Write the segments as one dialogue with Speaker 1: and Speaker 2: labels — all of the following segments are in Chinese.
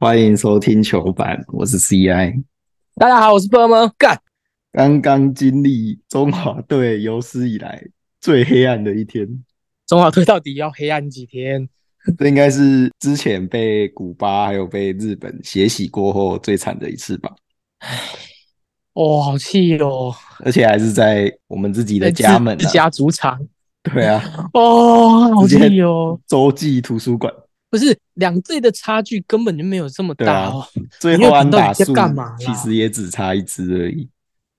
Speaker 1: 欢迎收听球板，我是 CI。
Speaker 2: 大家好，我是波吗？干，
Speaker 1: 刚刚经历中华队有史以来最黑暗的一天，
Speaker 2: 中华队到底要黑暗几天？
Speaker 1: 这应该是之前被古巴还有被日本血洗过后最惨的一次吧，
Speaker 2: 哦，好气哦！哎
Speaker 1: 而且还是在我们自己的家门、
Speaker 2: 自
Speaker 1: 啊。
Speaker 2: 家主场，
Speaker 1: 对啊，
Speaker 2: 哦，好
Speaker 1: 直接
Speaker 2: 气哦！
Speaker 1: 洲际图书馆
Speaker 2: 不是两队的差距根本就没有这么
Speaker 1: 对
Speaker 2: 大
Speaker 1: 啊
Speaker 2: 哦。
Speaker 1: 最后安打
Speaker 2: 你
Speaker 1: 数
Speaker 2: 又看到你在干嘛啦
Speaker 1: 其实也只差一支而已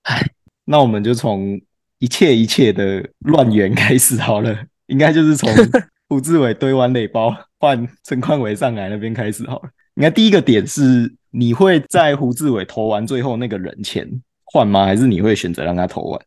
Speaker 2: 唉。
Speaker 1: 那我们就从一切一切的乱源开始好了，应该就是 从胡志伟堆完垒包换陈冠伟上来那边开始好了。应该第一个点是，你会在胡志伟投完最后那个人前换吗？还是你会选择让他投完？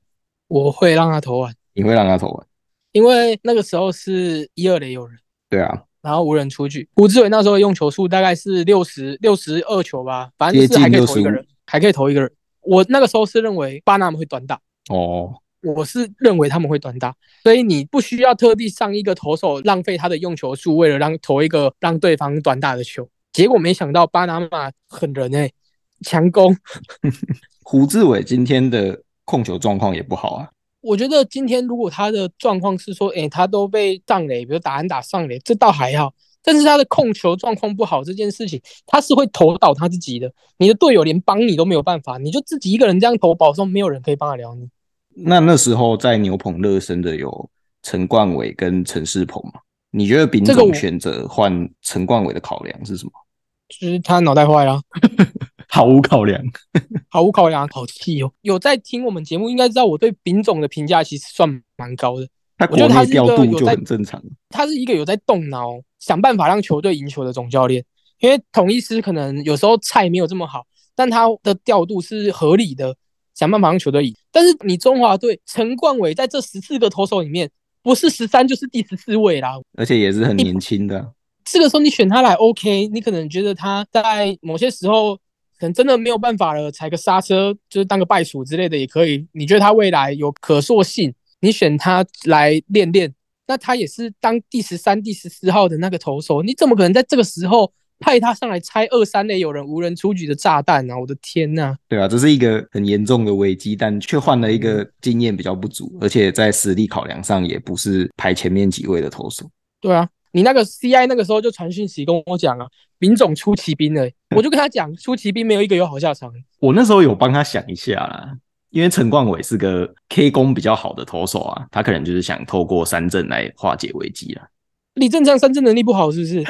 Speaker 2: 我会让他投完，
Speaker 1: 你会让他投完？
Speaker 2: 因为那个时候是一二垒有人，
Speaker 1: 对啊，
Speaker 2: 然后无人出局。胡志伟那时候用球数大概是六十六十二球吧，反正就是还可以投一
Speaker 1: 接
Speaker 2: 个人，还可以投一个人。我那个时候是认为巴纳姆会短打，
Speaker 1: 哦，
Speaker 2: 我是认为他们会短打，所以你不需要特地上一个投手浪费他的用球数，为了让投一个让对方短打的球。结果没想到巴拿马狠人哎、强攻。
Speaker 1: 胡志伟今天的控球状况也不好啊。
Speaker 2: 我觉得今天如果他的状况是说，哎、他都被上垒，比如打安打上垒，这倒还好。但是他的控球状况不好这件事情，他是会投倒他自己的。你的队友连帮你都没有办法，你就自己一个人这样投，保送没有人可以帮得了你。
Speaker 1: 那那时候在牛棚热身的有陈冠伟跟陈世鹏嘛？你觉得丙
Speaker 2: 这个
Speaker 1: 总
Speaker 2: 我
Speaker 1: 选择换陈冠伟的考量是什么？
Speaker 2: 就是他脑袋坏了啊。
Speaker 1: 毫无考量。
Speaker 2: 毫无考量，好气哦！有在听我们节目，应该知道我对丙总的评价其实算蛮高的。
Speaker 1: 他
Speaker 2: 我觉
Speaker 1: 国
Speaker 2: 得他
Speaker 1: 内
Speaker 2: 是一个
Speaker 1: 调度就
Speaker 2: 有在
Speaker 1: 很正常。
Speaker 2: 他是一个有在动脑、想办法让球队赢球的总教练。因为统一师可能有时候菜没有这么好，但他的调度是合理的，想办法让球队赢。但是你中华队陈冠伟在这十四个投手里面，不是十三就是第十四位啦。
Speaker 1: 而且也是很年轻的啊、
Speaker 2: 这个时候你选他来 OK，你可能觉得他在某些时候可能真的没有办法了，踩个刹车就是当个败鼠之类的也可以。你觉得他未来有可塑性，你选他来练练，那他也是当第十三、第十四号的那个投手，你怎么可能在这个时候派他上来拆二三垒有人无人出局的炸弹啊？我的天呐、
Speaker 1: 对啊，这是一个很严重的危机，但却换了一个经验比较不足，而且在实力考量上也不是排前面几位的投手。
Speaker 2: 对啊，你那个 CI 那个时候就传讯息跟我讲啊，丙总出奇兵了欸、我就跟他讲，出奇兵没有一个有好下场。
Speaker 1: 我那时候有帮他想一下啦，因为陈冠伟是个 K 功比较好的投手啊，他可能就是想透过三振来化解危机 啦。
Speaker 2: 李正昌三振能力不好是不是？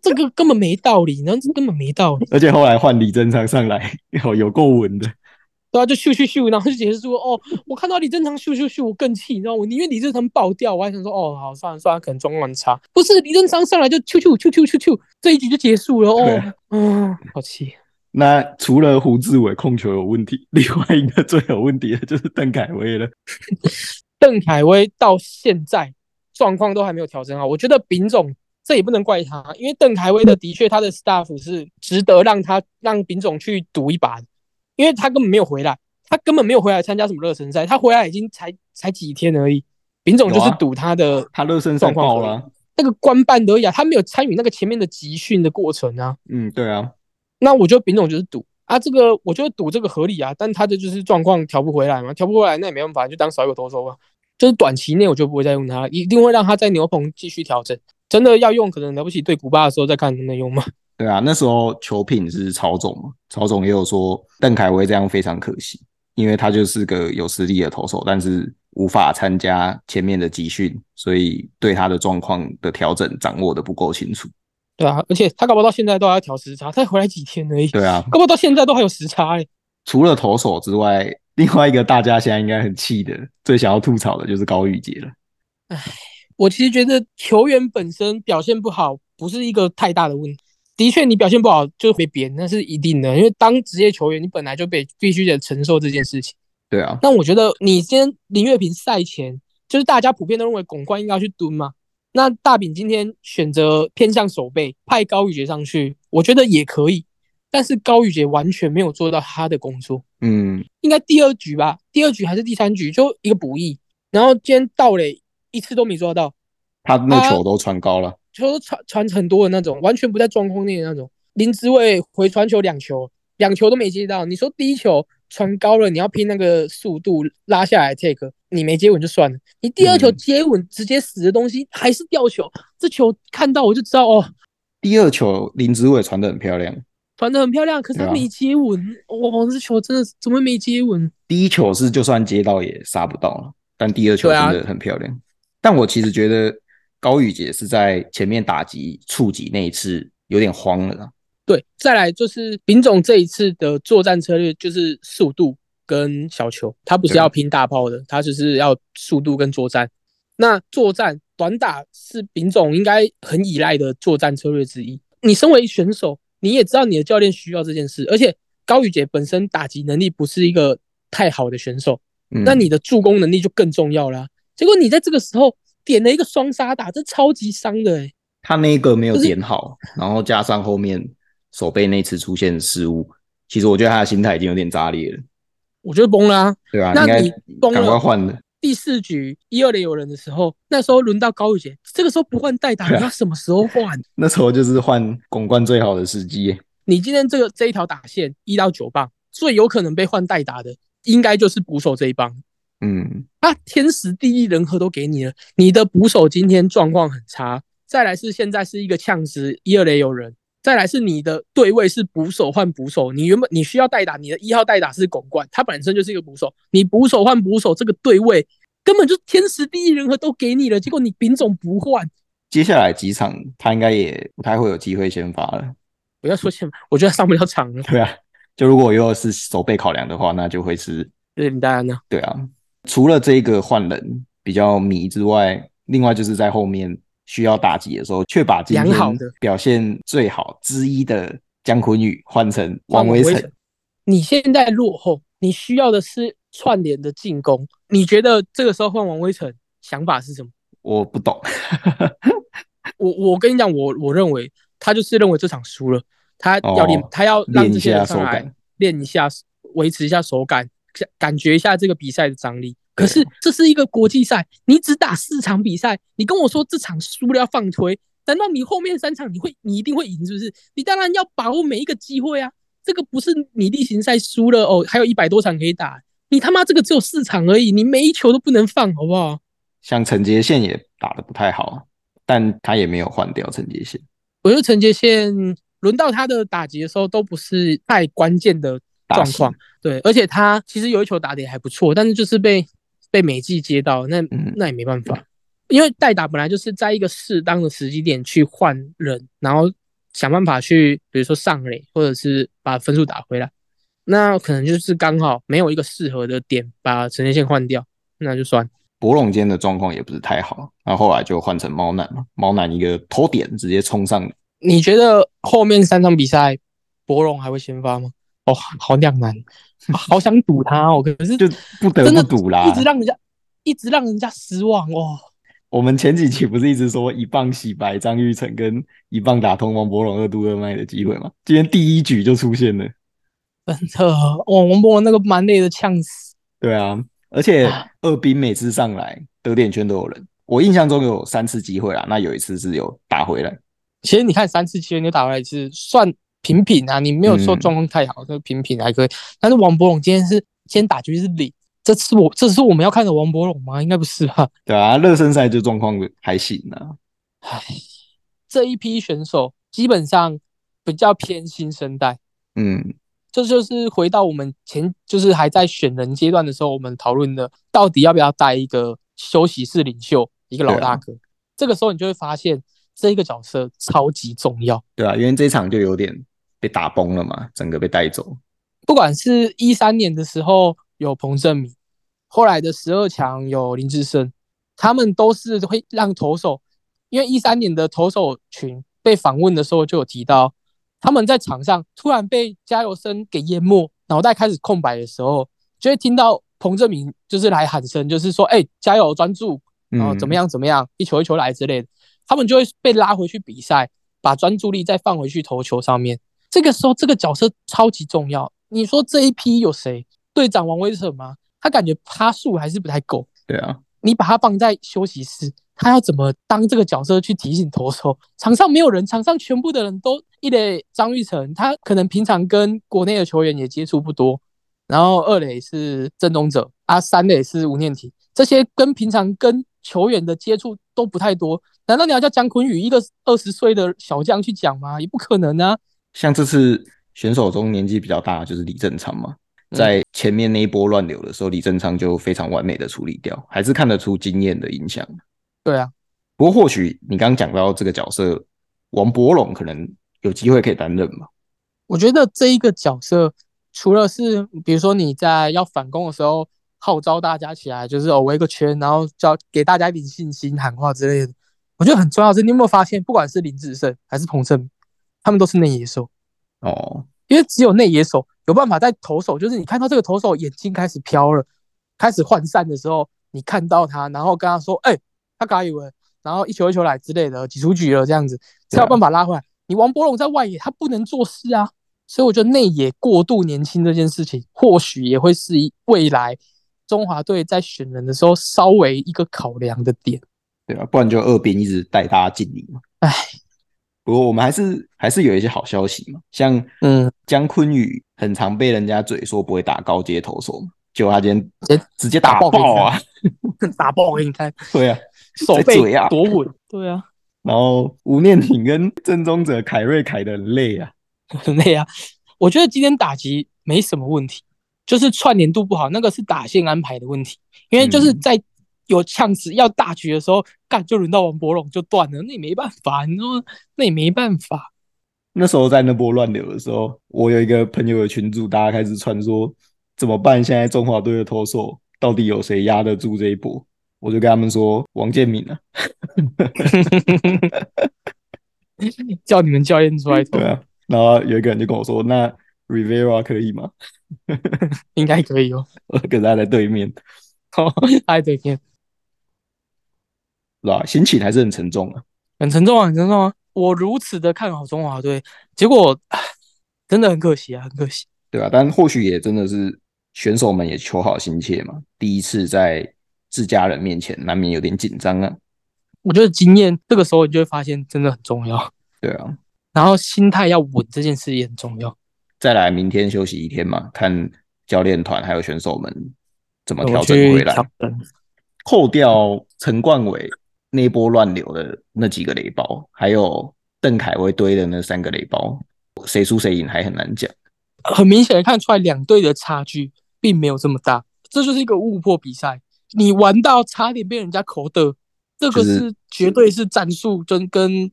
Speaker 2: 这个根本没道理，然后这根本没道理，
Speaker 1: 而且后来换李正昌上来，有有够稳的。
Speaker 2: 对啊，就咻咻咻，然后就解释说，哦，我看到李正常咻咻咻，我更气，你知道吗，我宁愿李正常爆掉，我还想说，哦，好，算了算了，可能状况很差，不是李正常上来就咻咻咻咻咻咻，这一局就结束了，
Speaker 1: 对
Speaker 2: 哦
Speaker 1: 啊，
Speaker 2: 嗯，好气，
Speaker 1: 那除了胡志伟控球有问题，另外一个最有问题的就是邓凯威了。
Speaker 2: 邓凯威到现在状况都还没有调整好，我觉得丙总这也不能怪他，因为邓凯威的
Speaker 1: 嗯
Speaker 2: 的确他的 staff 是值得让他让丙总去赌一把的，因为他根本没有回来，他根本没有回来参加什么热身赛，他回来已经才才几天而已，丙总就
Speaker 1: 有
Speaker 2: 是
Speaker 1: 啊
Speaker 2: 赌他的、
Speaker 1: 他热身赛
Speaker 2: 状
Speaker 1: 爆
Speaker 2: 况
Speaker 1: 了
Speaker 2: 了
Speaker 1: 啊。
Speaker 2: 那个官办而已啊，他没有参与那个前面的集训的过程啊，
Speaker 1: 嗯，对啊，
Speaker 2: 那我觉得丙总就是赌。啊，这个我觉得赌这个合理啊，但他的就是状况调不回来嘛，调不回来那也没办法，就当少一个投手吧。就是短期内我就不会再用他，一定会让他在牛棚继续调整。真的要用，可能来不及对古巴的时候再看能不能用嘛。
Speaker 1: 对啊，那时候球品是曹总嘛，曹总也有说邓凯威这样非常可惜，因为他就是个有实力的投手，但是无法参加前面的集训，所以对他的状况的调整掌握的不够清楚。
Speaker 2: 对啊，而且他搞不好到现在都还要调时差，他才回来几天而已，
Speaker 1: 对啊，
Speaker 2: 搞不好到现在都还有时差哎、
Speaker 1: 除了投手之外，另外一个大家现在应该很气的、最想要吐槽的就是高宇杰了。
Speaker 2: 我其实觉得球员本身表现不好不是一个太大的问题。的确，你表现不好就被贬，那是一定的，因为当职业球员，你本来就被必须得承受这件事情。
Speaker 1: 对啊，
Speaker 2: 那我觉得你今天林月平赛前，就是大家普遍都认为巩冠应该要去蹲嘛。那大饼今天选择偏向守备，派高宇杰上去，我觉得也可以。但是高宇杰完全没有做到他的工作，
Speaker 1: 嗯，
Speaker 2: 应该第二局吧，第二局还是第三局就一个补益，然后今天盗垒一次都没抓到，
Speaker 1: 他那
Speaker 2: 啊
Speaker 1: 球都传高了。
Speaker 2: 球都传传很多的那种，完全不在状况内的那种。林志伟回传球两球，两球都没接到。你说第一球传高了，你要拼那个速度拉下来 take，你没接稳就算了。你第二球
Speaker 1: 嗯
Speaker 2: 接稳直接死的东西还是吊球，这球看到我就知道哦，
Speaker 1: 第二球林子伟传的很漂亮，
Speaker 2: 传的很漂亮，可是他
Speaker 1: 对啊
Speaker 2: 没接稳。哇，这球真的是怎么会没接稳？
Speaker 1: 第一球是就算接到也杀不到了，但第二球
Speaker 2: 对啊
Speaker 1: 真的很漂亮。但我其实觉得高宇杰是在前面打击触及那一次有点慌了啦，
Speaker 2: 对，再来就是丙总这一次的作战策略就是速度跟小球，他不是
Speaker 1: 对啊
Speaker 2: 要拼大炮的，他就是要速度跟作战。那作战短打是丙总应该很依赖的作战策略之一。你身为选手，你也知道你的教练需要这件事，而且高宇杰本身打击能力不是一个太好的选手，
Speaker 1: 嗯，
Speaker 2: 那你的助攻能力就更重要啦、结果你在这个时候点了一个双杀打，这超级伤的诶、欸
Speaker 1: 他那个没有点好，然后加上后面手背那次出现失误，其实我觉得他的心态已经有点炸裂了，
Speaker 2: 我觉得崩啦、
Speaker 1: 对吧、
Speaker 2: 那
Speaker 1: 啊应该
Speaker 2: 你崩
Speaker 1: 赶快
Speaker 2: 了。
Speaker 1: 换了，
Speaker 2: 第四局一二垒有人的时候，那时候轮到高宇杰，这个时候不换代打，
Speaker 1: 对啊
Speaker 2: 你要什么时候换？
Speaker 1: 那时候就是换拱冠最好的时机。
Speaker 2: 你今天这个这一条打线一到九棒，最有可能被换代打的，应该就是捕手这一棒。
Speaker 1: 嗯，
Speaker 2: 啊，天时地利人和都给你了，你的捕手今天状况很差，再来是现在是一个呛值一二垒有人，再来是你的对位是捕手换捕手，你原本你需要代打，你的一号代打是巩冠，他本身就是一个捕手，你捕手换捕手这个对位根本就天时地利人和都给你了，结果你丙总不换，
Speaker 1: 接下来几场他应该也不太会有机会先发了，
Speaker 2: 不要说现，我觉得上不了场了，
Speaker 1: 对啊，就如果又是手背考量的话，那就会是
Speaker 2: 对林丹安呢，
Speaker 1: 对啊，除了这个换人比较迷之外，另外就是在后面需要打击的时候，却把今
Speaker 2: 良好
Speaker 1: 天
Speaker 2: 的
Speaker 1: 表现最好之一的姜昆宇换成王
Speaker 2: 换
Speaker 1: 威
Speaker 2: 威
Speaker 1: 成
Speaker 2: 成。你现在落后，你需要的是串联的进攻，你觉得这个时候换王威成想法是什么？
Speaker 1: 我不懂，
Speaker 2: 我我跟你讲，我我认为他就是认为这场输了，他要练，
Speaker 1: 哦
Speaker 2: 他要让
Speaker 1: 练
Speaker 2: 这
Speaker 1: 一
Speaker 2: 些
Speaker 1: 下
Speaker 2: 人
Speaker 1: 手
Speaker 2: 上来
Speaker 1: 感。
Speaker 2: 练一下，维持一下手感，感感觉一下这个比赛的张力。可
Speaker 1: 对
Speaker 2: 是这是一个国际赛，你只打四场比赛，你跟我说这场输了要放推，难道你后面三场你会你一定会赢是不是？你当然要把握每一个机会啊！这个不是你例行赛输了哦，还有一百多场可以打，你他妈这个只有四场而已，你每一球都不能放，好不好？
Speaker 1: 像陈杰宪也打得不太好啊，但他也没有换掉陈杰宪，
Speaker 2: 我觉得陈杰宪轮到他的打击的时候，都不是太关键的
Speaker 1: 打
Speaker 2: 状
Speaker 1: 击
Speaker 2: 况。对，而且他其实有一球打得也还不错，但是就是被被美记接到，那
Speaker 1: 嗯
Speaker 2: 那也没办法，因为代打本来就是在一个适当的时机点去换人，然后想办法去，比如说上垒，或者是把分数打回来。那可能就是刚好没有一个适合的点把陈杰宪换掉，那就算。
Speaker 1: 博龙间的状况也不是太好，然后后来就换成猫男嘛，猫男一个头点直接冲上
Speaker 2: 你觉得后面三场比赛，博龙还会先发吗？哦，好两难，好想赌他哦，可是
Speaker 1: 就不得
Speaker 2: 真
Speaker 1: 不
Speaker 2: 的
Speaker 1: 赌啦
Speaker 2: 一。直让人家一直让人家失望哦。
Speaker 1: 我们前几期不是一直说一棒洗白张玉成跟一棒打通王博龙二度二脉的机会吗？今天第一局就出现了，
Speaker 2: 真的，哦，王博龙那个蛮累的呛死。
Speaker 1: 对啊，而且二兵每次上来得点圈都有人，我印象中有三次机会啦，那有一次是有打回来，
Speaker 2: 其实你看三次七分球打回来是算平平啊，你没有说
Speaker 1: 嗯
Speaker 2: 状况太好，就平平还可以。但是王博龙今天是今天打局是零，这是我这是我们要看的王博龙吗？应该不是吧？
Speaker 1: 对啊，热身赛就状况还行啊，
Speaker 2: 唉，这一批选手基本上比较偏新生代。
Speaker 1: 嗯，
Speaker 2: 这就是回到我们前，就是还在选人阶段的时候，我们讨论的到底要不要带一个休息室领袖，一个老大哥。这个时候你就会发现，这个角色超级重要。
Speaker 1: 对啊，因为这场就有点被打崩了嘛，整个被带走，
Speaker 2: 不管是一三年的时候有彭正明，后来的十二强有林志胜，他们都是会让投手，因为一三年的投手群被访问的时候就有提到，他们在场上突然被加油声给淹没，脑袋开始空白的时候，就会听到彭正明就是来喊声，就是说，哎、加油，专注，
Speaker 1: 嗯，
Speaker 2: 然哦后怎么？样怎么样，一球一球来之类的，他们就会被拉回去比赛，把专注力再放回去投球上面。这个时候，这个角色超级重要。你说这一批有谁？队长王威成吗？他感觉趴数还是不太够，
Speaker 1: 对啊，
Speaker 2: 你把他放在休息室，他要怎么当这个角色去提醒投手？场上没有人，场上全部的人都一垒张玉成，他可能平常跟国内的球员也接触不多，然后二垒是郑东哲啊，三垒是吴念婷，这些跟平常跟球员的接触都不太多。难道你要叫姜坤宇一个二十岁的小将去讲吗？也不可能啊。
Speaker 1: 像这次选手中年纪比较大的就是李正昌嘛，在前面那一波乱流的时候，李正昌就非常完美的处理掉，还是看得出经验的影响。
Speaker 2: 对啊，
Speaker 1: 不过或许你刚刚讲到这个角色，王伯龙可能有机会可以担任嘛？
Speaker 2: 我觉得这一个角色，除了是比如说你在要反攻的时候号召大家起来，就是哦围个圈，然后叫给大家一点信心、喊话之类的，我觉得很重要的是，你有没有发现，不管是林志胜还是彭胜明，他们都是内野手。
Speaker 1: 哦，
Speaker 2: 因为只有内野手有办法在投手，就是你看到这个投手眼睛开始飘了，开始涣散的时候，你看到他，然后跟他说：“哎、他嘎以为，然后一球一球来之类的，几出局了这样子，才有办法拉回来。你王伯龙在外野，他不能做事啊，所以我觉得内野过度年轻这件事情，或许也会是一未来中华队在选人的时候稍微一个考量的点。
Speaker 1: 对吧、不然就二兵一直带大家进里嘛。
Speaker 2: 唉，
Speaker 1: 不过我们还是还是有一些好消息嘛，像
Speaker 2: 嗯，
Speaker 1: 姜坤宇很常被人家嘴说不会打高阶投手嘛，结果他今天
Speaker 2: 直
Speaker 1: 直接打爆啊！
Speaker 2: 打爆给你看，
Speaker 1: 对啊，
Speaker 2: 手
Speaker 1: 在
Speaker 2: 背
Speaker 1: 嘴啊
Speaker 2: 多稳，对啊，
Speaker 1: 然后吴念挺跟郑宗哲、凯瑞凯的很累啊。
Speaker 2: 很累啊。我觉得今天打击没什么问题，就是串联度不好，那个是打线安排的问题。因为就是
Speaker 1: 嗯
Speaker 2: 在有呛死要大局的时候，干就轮到王伯龙就断了，那也没办法，你说那也没办法。
Speaker 1: 那时候在那波乱流的时候，我有一个朋友的群组，大家开始传说怎么办？现在中华队的投手到底有谁压得住这一波？我就跟他们说王建民啊，
Speaker 2: 叫你们教练出来投
Speaker 1: 对，啊。然后有一个人就跟我说，那 Rivera 可以吗？
Speaker 2: 应该可以哦。
Speaker 1: 我跟他在对面，
Speaker 2: 哎，对面
Speaker 1: 是吧？心情还是很沉重啊。
Speaker 2: 很沉重啊，很沉重啊。我如此的看好中华队，结果唉真的很可惜啊，很可惜。
Speaker 1: 对啊，但或许也真的是选手们也求好心切嘛，第一次在自家人面前难免有点紧张啊。
Speaker 2: 我觉得经验这个时候你就会发现真的很重要，
Speaker 1: 对啊，
Speaker 2: 然后心态要稳这件事也很重要。
Speaker 1: 再来明天休息一天嘛，看教练团还有选手们怎么
Speaker 2: 我
Speaker 1: 调整
Speaker 2: 去
Speaker 1: 回来。
Speaker 2: 调整
Speaker 1: 扣掉陈冠伟那一波乱流的那几个雷包，还有邓凯威堆的那三个雷包，谁输谁赢还很难讲。
Speaker 2: 很明显的看出来两队的差距并没有这么大，这就是一个误破比赛。你玩到差点被人家口的，这个
Speaker 1: 就是
Speaker 2: 是绝对是战术跟跟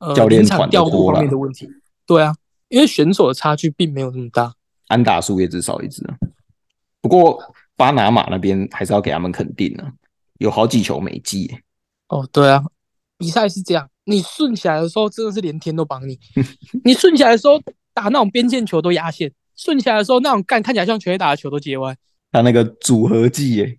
Speaker 2: 呃
Speaker 1: 教练
Speaker 2: 临场
Speaker 1: 团的
Speaker 2: 调度
Speaker 1: 锅
Speaker 2: 方面
Speaker 1: 啦
Speaker 2: 的问题。对啊，因为选手的差距并没有这么大。
Speaker 1: 安打数也只少一支啊。不过巴拿马那边还是要给他们肯定啊，有好几球没进、
Speaker 2: 哦，对啊，比赛是这样，你顺起来的时候真的是连天都 帮你，你顺起来的时候打那种边线球都压线，顺起来的时候那种干看起来像全垒打的球都接歪，
Speaker 1: 他那个组合技 耶、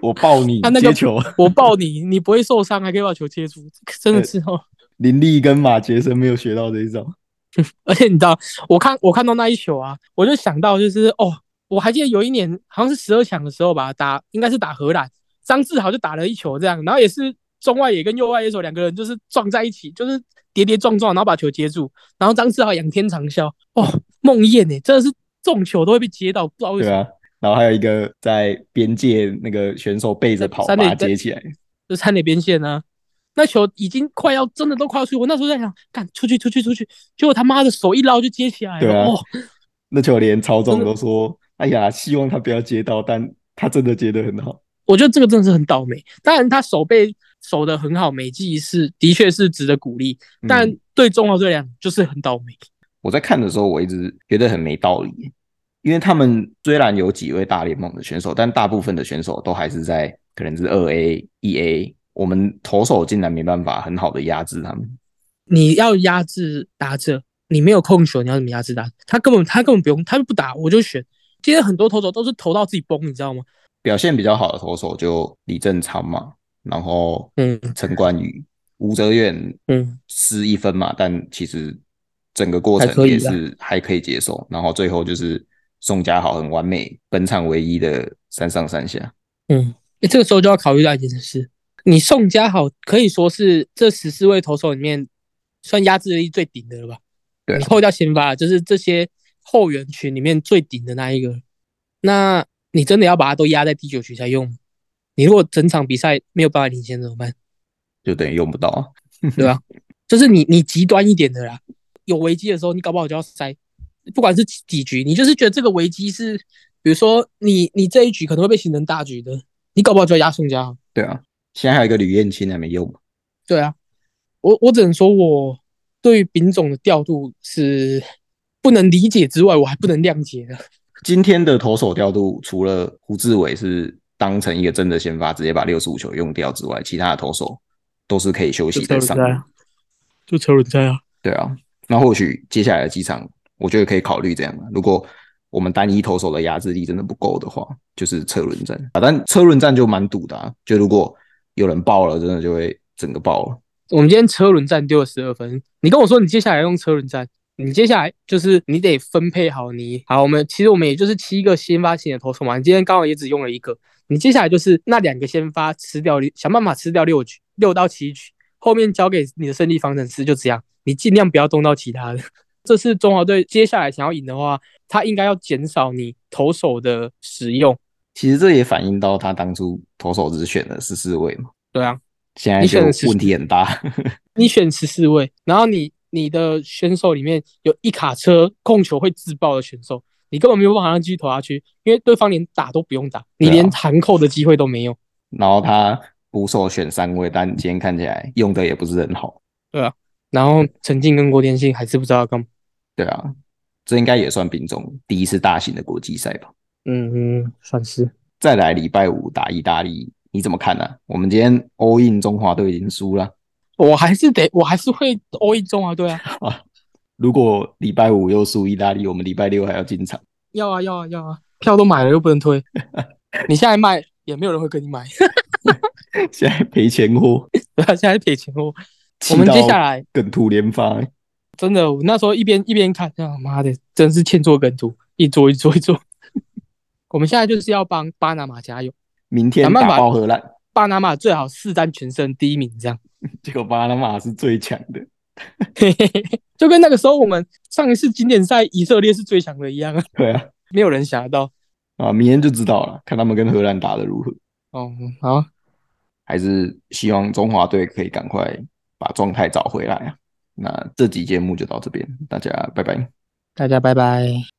Speaker 1: 我抱你
Speaker 2: 他那个
Speaker 1: 接球，
Speaker 2: 我抱你，你不会受伤，还可以把球接住，这个真的
Speaker 1: 呃
Speaker 2: 是哦。
Speaker 1: 林立跟马杰森没有学到这一招。
Speaker 2: 而且你知道，我看我看到那一球啊，我就想到就是哦，我还记得有一年好像是十二强的时候吧，打应该是打荷兰，张志豪就打了一球这样，然后也是中外野跟右外野手两个人就是撞在一起，就是跌跌撞撞，然后把球接住，然后张志豪仰天长啸，哦，梦魇呢，真的是中球都会被接到，不知道为什
Speaker 1: 对
Speaker 2: 么，
Speaker 1: 啊，然后还有一个在边界那个选手背着跑把
Speaker 2: 三垒
Speaker 1: 他接起来，
Speaker 2: 就差点边线呢、那球已经快要真的都快要出去，我那时候在想，干出去出去出去，结果他妈的手一捞就接起来
Speaker 1: 对
Speaker 2: 了，
Speaker 1: 啊
Speaker 2: 哦，
Speaker 1: 那球连曹总
Speaker 2: 真的
Speaker 1: 都说：“哎呀，希望他不要接到，但他真的接得很好。
Speaker 2: 我觉得这个真的是很倒霉。当然，他守备守得很好，每季是的确是值得鼓励，
Speaker 1: 嗯
Speaker 2: 但对中华队来讲就是很倒霉。
Speaker 1: 我在看的时候，我一直觉得很没道理，因为他们虽然有几位大联盟的选手，但大部分的选手都还是在可能是二 A、一 A，我们投手竟然没办法很好的压制他们。
Speaker 2: 你要压制打者，你没有控球，你要怎么压制打者？他根本他根本不用，他就不打，我就选。今天很多投手都是投到自己崩，你知道吗？
Speaker 1: 表现比较好的投手就李正昌嘛，然后
Speaker 2: 嗯
Speaker 1: 陈冠宇、吴哲远
Speaker 2: 嗯，
Speaker 1: 失一分嘛，但其实整个过
Speaker 2: 还可
Speaker 1: 程
Speaker 2: 以
Speaker 1: 也
Speaker 2: 啦
Speaker 1: 是还可以啊接受。然后最后就是宋佳豪很完美，本场唯一的三上三下。
Speaker 2: 嗯，诶这个时候就要考虑到一件事，你宋家豪可以说是这十四位投手里面算压制力最顶的了吧？
Speaker 1: 对
Speaker 2: 你扣掉先发，就是这些后援群里面最顶的那一个。那你真的要把它都压在第九局才用吗？你如果整场比赛没有办法领先怎么办？
Speaker 1: 就等于用不到啊。
Speaker 2: 对吧？就是你你极端一点的啦，有危机的时候，你搞不好就要塞，不管是几几局，你就是觉得这个危机是，比如说你你这一局可能会被形成大局的，你搞不好就要压宋家豪。
Speaker 1: 对啊，现在还有一个吕彦青还没用嘛，
Speaker 2: 对啊，我我只能说我对于丙种的调度是不能理解之外，我还不能谅解的。
Speaker 1: 今天的投手调度，除了胡志伟是当成一个真的先发，直接把六十五球用掉之外，其他的投手都是可啊以休息再上。，
Speaker 2: 啊就车轮赛啊，
Speaker 1: 对啊，那或许接下来的几场，我觉得可以考虑这样啊。如果我们单一投手的压制力真的不够的话，就是车轮战啊。但车轮战就蛮堵的、啊，就如果有人爆了，真的就会整个爆了。
Speaker 2: 我们今天车轮战丢了十二分，你跟我说你接下来用车轮战，你接下来就是你得分配好你好，我们其实我们也就是七个先发型的投手嘛，你今天刚好也只用了一个，你接下来就是那两个先发吃掉，想办法吃掉六局六到七局，后面交给你的胜利方程式就这样，你尽量不要动到其他的。 这是中华队接下来想要赢的话，他应该要减少你投手的使用，
Speaker 1: 其实这也反映到他当初投手只选了十四位嘛，
Speaker 2: 对啊，
Speaker 1: 现在
Speaker 2: 你
Speaker 1: 就
Speaker 2: 选了14
Speaker 1: 问题很大。
Speaker 2: 你选十四位，然后你你的选手里面有一卡车控球会自爆的选手，你根本没有办法让他继续投下去，因为对方连打都不用打，你
Speaker 1: 对啊
Speaker 2: 连弹扣的机会都没有。
Speaker 1: 然后他捕手选三位，但今天看起来用的也不是很好。
Speaker 2: 然后陈静跟郭天信还是不知道要干嘛。
Speaker 1: 对啊，这应该也算丙种第一次大型的国际赛吧。
Speaker 2: 嗯嗯，算是。
Speaker 1: 再来礼拜五打意大利，你怎么看呢、啊我们今天 all in 中华队已经输了，
Speaker 2: 我还是得，我还是会 all in 中华队啊！
Speaker 1: 如果礼拜五又输意大利，我们礼拜六还要进场。
Speaker 2: 要啊要啊要啊！票都买了又不能 退，你现在卖也没有人会跟你买，
Speaker 1: 现在赔钱货，
Speaker 2: 对啊，现在赔钱货。
Speaker 1: 气
Speaker 2: 我们
Speaker 1: 到
Speaker 2: 接下来
Speaker 1: 梗图连发，
Speaker 2: 真的，我那时候一边一边看，啊妈的，真是欠做梗图，一桌一桌一桌。 我们现在就是要帮巴拿马加油，
Speaker 1: 明天
Speaker 2: 想办
Speaker 1: 打
Speaker 2: 法
Speaker 1: 爆荷兰，
Speaker 2: 巴拿马最好四战全胜第一名，这样
Speaker 1: 结果巴拿马是最强的。
Speaker 2: 就跟那个时候我们上一次经典赛以色列是最强的一样啊，
Speaker 1: 对啊，
Speaker 2: 没有人想得到。
Speaker 1: 啊，明天就知道了，看他们跟荷兰打得如何。
Speaker 2: 哦，好，
Speaker 1: 还是希望中华队可以赶快把状态找回来啊。那这集节目就到这边，大家拜拜。
Speaker 2: 大家拜拜。